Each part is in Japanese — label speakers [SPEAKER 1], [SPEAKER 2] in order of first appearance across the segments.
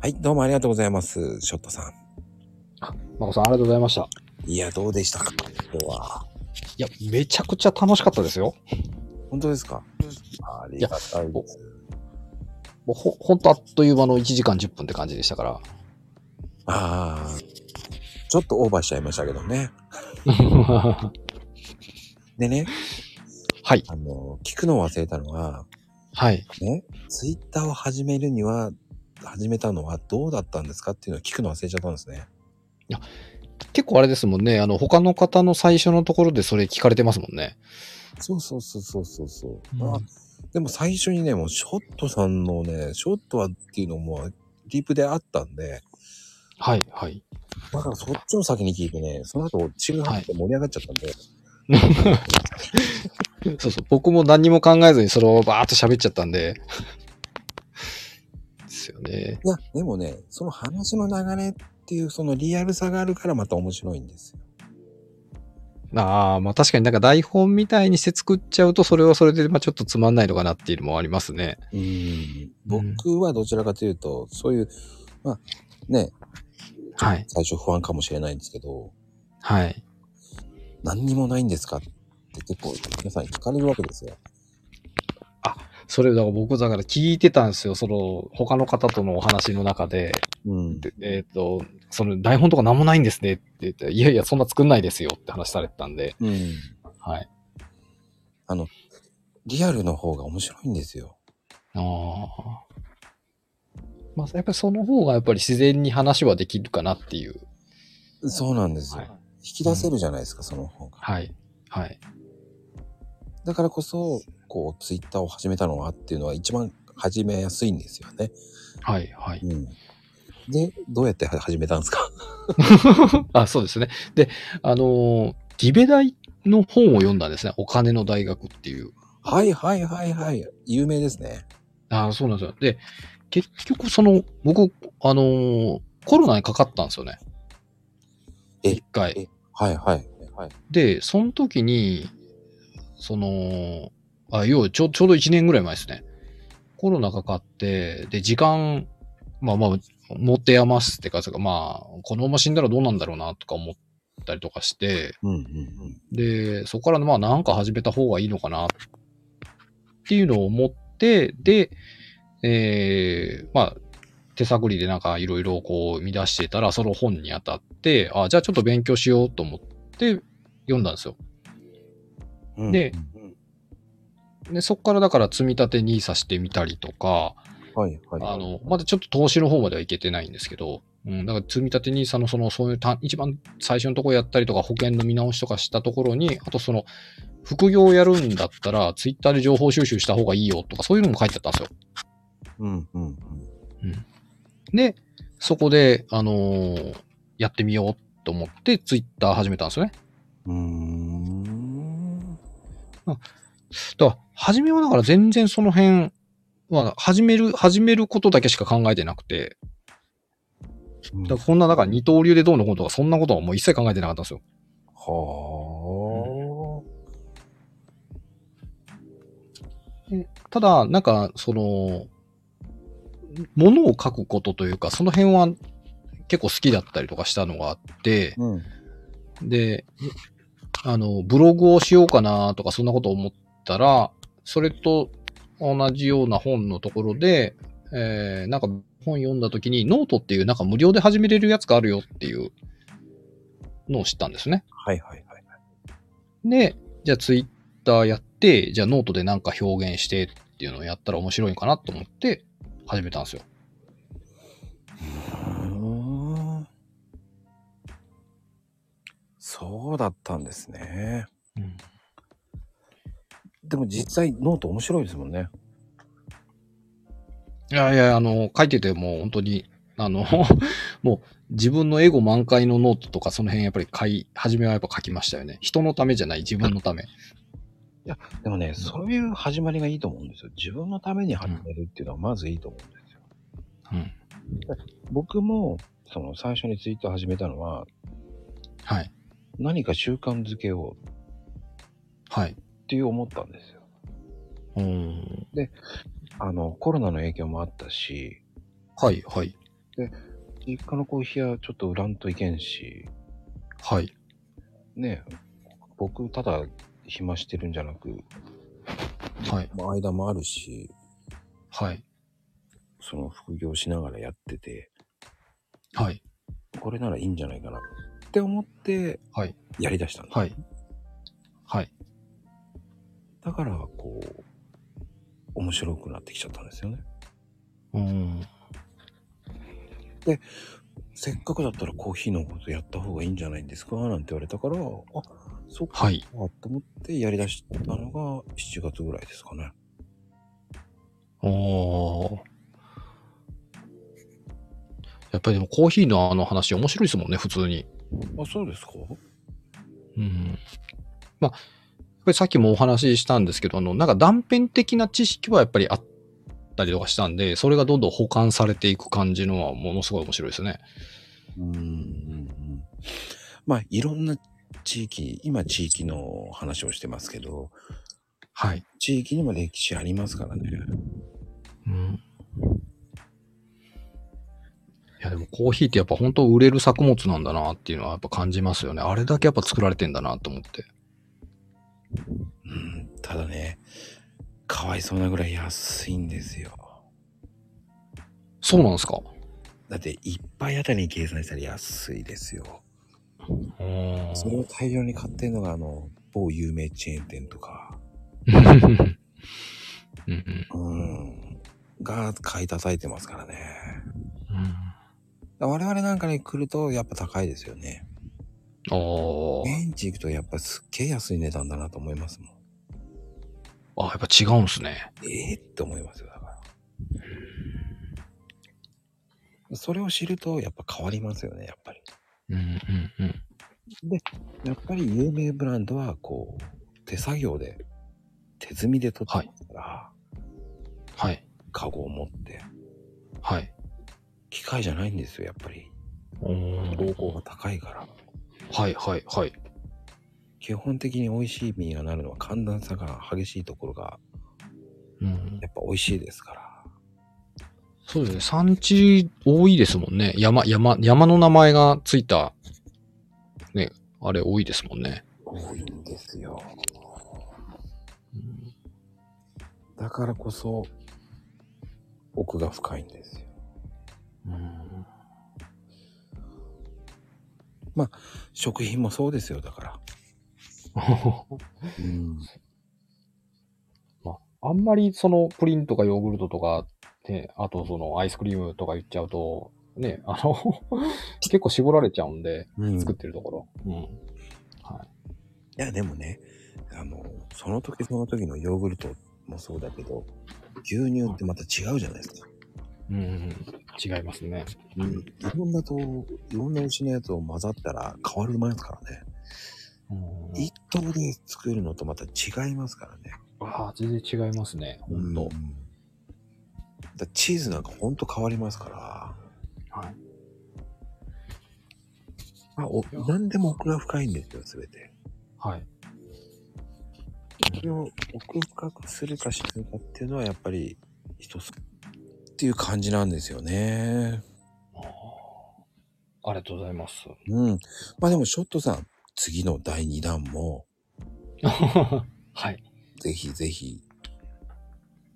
[SPEAKER 1] はい、どうもありがとうございます、ショットさん。
[SPEAKER 2] まこさん、ありがとうございました。
[SPEAKER 1] いや、どうでしたか今日は。
[SPEAKER 2] いや、めちゃくちゃ楽しかったですよ。
[SPEAKER 1] 本当ですかありがたいです。
[SPEAKER 2] もうほほんとあっという間の1時間10分って感じでしたから。
[SPEAKER 1] ああ、ちょっとオーバーしちゃいましたけど ね。
[SPEAKER 2] は
[SPEAKER 1] でね、
[SPEAKER 2] い。
[SPEAKER 1] あの、聞くのを忘れたのは、
[SPEAKER 2] はい。
[SPEAKER 1] ね、ツイッターを始めるには、始めたのはどうだったんですかっていうのを聞くの忘れちゃったんですね。
[SPEAKER 2] 結構あれですもんね。あの、他の方の最初のところでそれ聞かれてますもんね。
[SPEAKER 1] そうそうそうそうそうそうう。
[SPEAKER 2] ん
[SPEAKER 1] あでも最初にね、もうショットさんのね、ショットはっていうのもリープであったんで、
[SPEAKER 2] はい、はい。
[SPEAKER 1] だからそっちを先に聞いてね、その後、チルハって盛り上がっちゃったんで、
[SPEAKER 2] そうそう。僕も何にも考えずにそれをバーっと喋っちゃったん で。ですよね。
[SPEAKER 1] いや、でもね、その話の流れっていう、そのリアルさがあるからまた面白いんですよ。
[SPEAKER 2] ああ、まあ確かになんか台本みたいにして作っちゃうと、それはそれでまあちょっとつまんないのかなっていうのもありますね。
[SPEAKER 1] うん。僕はどちらかというと、そういう、まあ、ね、
[SPEAKER 2] はい。
[SPEAKER 1] 最初不安かもしれないんですけど、
[SPEAKER 2] はい。
[SPEAKER 1] 何にもないんですかって結構皆さん聞かれるわけですよ。
[SPEAKER 2] それ、だから僕、だから聞いてたんですよ。その、他の方とのお話の中で、
[SPEAKER 1] うん。
[SPEAKER 2] でえっ、と、その、台本とか何もないんですねって言って、いやいや、そんな作んないですよって話されてたんで、
[SPEAKER 1] うん。
[SPEAKER 2] はい。
[SPEAKER 1] リアルの方が面白いんですよ。
[SPEAKER 2] ああ。まあ、やっぱりその方が、やっぱり自然に話はできるかなっていう。
[SPEAKER 1] そうなんですよ。
[SPEAKER 2] はい。
[SPEAKER 1] 引き出せるじゃないですか、その方が。
[SPEAKER 2] はい。はい。
[SPEAKER 1] だからこそ、こう、ツイッターを始めたのはっていうのは一番始めやすいんですよね。
[SPEAKER 2] はい。はい。
[SPEAKER 1] うん。で、どうやって始めたんですか
[SPEAKER 2] あ、そうですね。で、あのーリベ大の本を読んだんですね。お金の大学っていう。
[SPEAKER 1] はいはいはいはい。有名ですね。
[SPEAKER 2] ああ、そうなんですよ。で、結局、その、僕、あのーコロナにかかったんですよね。
[SPEAKER 1] え
[SPEAKER 2] 一回。
[SPEAKER 1] はいはい。はい、
[SPEAKER 2] で、その時に、その、あ、要はちょ、ちょうど1年ぐらい前ですね。コロナかかって、で、時間、まあまあ、持て余すってか、それかまあ、このまま死んだらどうなんだろうな、とか思ったりとかして、
[SPEAKER 1] うんうんうん。
[SPEAKER 2] で、そこからまあなんか始めた方がいいのかなっていうのを思って、で、えー、まあ、手探りでなんかいろいろこう見出してたら、その本に当たって、あ、じゃあちょっと勉強しようと思って読んだんですよ。
[SPEAKER 1] うん
[SPEAKER 2] で、
[SPEAKER 1] うん
[SPEAKER 2] で、そこからだから積み立て NISA してみたりとか、
[SPEAKER 1] はいはい。
[SPEAKER 2] あの、まだちょっと投資の方まではいけてないんですけど、うん、だから積み立て NISA のその、そういう単一番最初のところやったりとか、保険の見直しとかしたところに、あとその、副業をやるんだったら、ツイッターで情報収集した方がいいよとか、そういうのも書いてあったんですよ。
[SPEAKER 1] うんうんうん。
[SPEAKER 2] で、そこで、あのーやってみようと思って、ツイッター始めたんですよね。
[SPEAKER 1] うーん。
[SPEAKER 2] だから、初めはだから全然その辺は、始める、始めることだけしか考えてなくて、だからこんな、だから二刀流でどうのこうのとか、そんなことはもう一切考えてなかったんですよ。
[SPEAKER 1] は
[SPEAKER 2] ただ、なんか、その、ものを書くことというか、その辺は結構好きだったりとかしたのがあって
[SPEAKER 1] あ。、うん。
[SPEAKER 2] で、あの、ブログをしようかなとか、そんなこと思ったら、それと同じような本のところで、えー、なんか本読んだ時に、ノートっていうなんか無料で始めれるやつがあるよっていうのを知ったんですね。
[SPEAKER 1] はいはいはい。
[SPEAKER 2] で、じゃあツイッターやって、じゃあノートでなんか表現してっていうのをやったら面白いかなと思って始めたんですよ。
[SPEAKER 1] そうだったんですね。でも実際ノート面白いですもんね。
[SPEAKER 2] いやいや、あの、書いててもう本当に、あの、 もう自分のエゴ満開のノートとかその辺やっぱり書い、初めはやっぱ書きましたよね。人のためじゃない自分のため。
[SPEAKER 1] でもね、そういう始まりがいいと思うんですよ。自分のために始めるっていうのはまずいいと思うんですよ。
[SPEAKER 2] うん。
[SPEAKER 1] 僕も、その最初にツイート始めたのは、
[SPEAKER 2] はい。
[SPEAKER 1] 何か習慣づけを
[SPEAKER 2] はい。
[SPEAKER 1] っていう思ったんですよ。
[SPEAKER 2] うん。
[SPEAKER 1] あの、コロナの影響もあったし、
[SPEAKER 2] はい、はい。
[SPEAKER 1] 実家のコーヒーはちょっと売らんといけんし、
[SPEAKER 2] はい。
[SPEAKER 1] ねえ、僕、ただ暇してるんじゃなく、
[SPEAKER 2] はい。
[SPEAKER 1] まあ間もあるし、
[SPEAKER 2] はい。
[SPEAKER 1] その副業しながらやってて、
[SPEAKER 2] はい。
[SPEAKER 1] これならいいんじゃないかなって思って、
[SPEAKER 2] はい
[SPEAKER 1] やりだしたんだ。
[SPEAKER 2] はい。はい。
[SPEAKER 1] だから、こう、面白くなってきちゃったんですよね。
[SPEAKER 2] うん。
[SPEAKER 1] せっかくだったらコーヒーのことやった方がいいんじゃないんですかなんて言われたから、あ、そっか、
[SPEAKER 2] はい。
[SPEAKER 1] と思ってやりだしたのが7月ぐらいですかね。
[SPEAKER 2] おーやっぱりでもコーヒーのあの話面白いですもんね、普通に。
[SPEAKER 1] あ、そうですか
[SPEAKER 2] うん。まあ、やっぱりさっきもお話ししたんですけど、あの、なんか断片的な知識はやっぱりあったりとかしたんで、それがどんどん保管されていく感じのはものすごい面白いですね。
[SPEAKER 1] うんうんうん。まあ、いろんな地域、今地域の話をしてますけど、
[SPEAKER 2] はい。
[SPEAKER 1] 地域にも歴史ありますからね。
[SPEAKER 2] うん。いやでもコーヒーってやっぱ本当売れる作物なんだなっていうのはやっぱ感じますよね。あれだけやっぱ作られてんだなと思って。
[SPEAKER 1] うん、ただね、かわいそうなぐらい安いんですよ。
[SPEAKER 2] そうなんですか
[SPEAKER 1] だって、一杯あたりに計算したら安いですよ。
[SPEAKER 2] うん
[SPEAKER 1] それを大量に買ってるのが、あの、某有名チェーン店とか、
[SPEAKER 2] うんうん
[SPEAKER 1] うん、が買い叩いてますからね。
[SPEAKER 2] うん
[SPEAKER 1] 我々なんかに来ると、やっぱ高いですよね。
[SPEAKER 2] おー
[SPEAKER 1] 現地行くと、やっぱすっげえ安い値段だなと思いますもん。
[SPEAKER 2] あ、やっぱ違うんすね。
[SPEAKER 1] ええって思いますよ、だから。それを知ると、やっぱ変わりますよね、やっぱり。
[SPEAKER 2] うんうんうん。
[SPEAKER 1] やっぱり有名ブランドは、こう、手作業で、手摘みで取ってますから、
[SPEAKER 2] はい。
[SPEAKER 1] カゴを持って。
[SPEAKER 2] はい。
[SPEAKER 1] 機械じゃないんですよ、やっぱり。
[SPEAKER 2] おー
[SPEAKER 1] 標高が高いから。
[SPEAKER 2] はいはいはい。
[SPEAKER 1] 基本的に美味しい実がなるのは寒暖差が激しいところが、
[SPEAKER 2] うん、
[SPEAKER 1] やっぱ美味しいですから。
[SPEAKER 2] そうですね。産地多いですもんね。山、山、山の名前がついた、ね、あれ多いですもんね。
[SPEAKER 1] 多いんですよ。だからこそ、奥が深いんですよ。
[SPEAKER 2] うん、
[SPEAKER 1] 食品もそうですよ、だ から。うん。
[SPEAKER 2] まあ、あんまりそのプリンとかヨーグルトとか、ね、あとそのアイスクリームとか言っちゃうと、ね、あの、 結構絞られちゃうんで、
[SPEAKER 1] うん、い
[SPEAKER 2] 作ってるところ。うん。はい。
[SPEAKER 1] や、でもね、あの、その時その時のヨーグルトもそうだけど、牛乳ってまた違うじゃないですか。
[SPEAKER 2] うんうん、違いますね。
[SPEAKER 1] うん。いろんなと、いろんな牛のやつを混ざったら変わりますからね。
[SPEAKER 2] うん
[SPEAKER 1] 一頭で作るのとまた違いますからね。
[SPEAKER 2] ああ、全然違いますね。ほん
[SPEAKER 1] う
[SPEAKER 2] と。
[SPEAKER 1] んだチーズなんかほんと変わりますから。
[SPEAKER 2] はい。
[SPEAKER 1] まあ、お何でも奥が深いんですよ、すべて。
[SPEAKER 2] はい。
[SPEAKER 1] それを奥深くするかしないかっていうのはやっぱり一つっていう感じなんですよね。
[SPEAKER 2] あーありがとうございます。
[SPEAKER 1] うん。まあでも、ショットさん、次の第2弾も、
[SPEAKER 2] はい。
[SPEAKER 1] ぜひぜひ、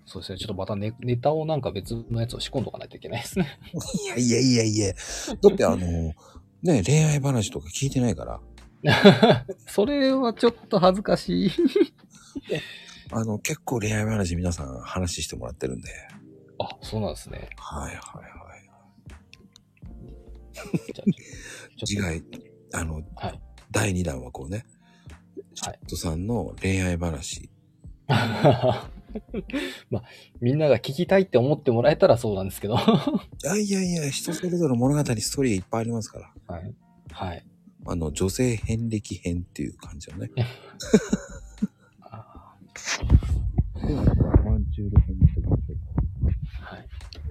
[SPEAKER 2] そうですね。ちょっとまたネネタをなんか別のやつを仕込んどかないといけないです ね。
[SPEAKER 1] いやいやいやいや、だってあの、ね、恋愛話とか聞いてないから、
[SPEAKER 2] それはちょっと恥ずかしい。
[SPEAKER 1] あの、結構恋愛話皆さん話してもらってるんで。
[SPEAKER 2] あ、そうなんですね。
[SPEAKER 1] はいはいはい。
[SPEAKER 2] じゃあち
[SPEAKER 1] 次
[SPEAKER 2] ょっ
[SPEAKER 1] 回、あの、
[SPEAKER 2] と。はい。
[SPEAKER 1] 第2弾はこうね、ショットさんの恋愛話。
[SPEAKER 2] まあ、みんなが聞きたいって思ってもらえたらそうなんですけど。はい
[SPEAKER 1] やいやいや、人それぞれ物語、ストーリーいっぱいありますから。
[SPEAKER 2] い。はい。
[SPEAKER 1] あの、女性遍歴編っていう感じのね。
[SPEAKER 2] あ
[SPEAKER 1] ワンチュール編って感じ。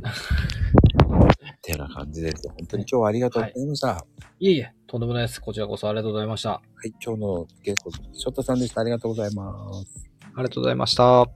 [SPEAKER 2] ーはい。
[SPEAKER 1] てな感じです。本当に今日はありがとうございました。はい、
[SPEAKER 2] いえいえ、とんでもないです。こちらこそありがとうございました。あ
[SPEAKER 1] 今日のゲスト、ショットさんでした。ありがとうございます。
[SPEAKER 2] りがとうございました。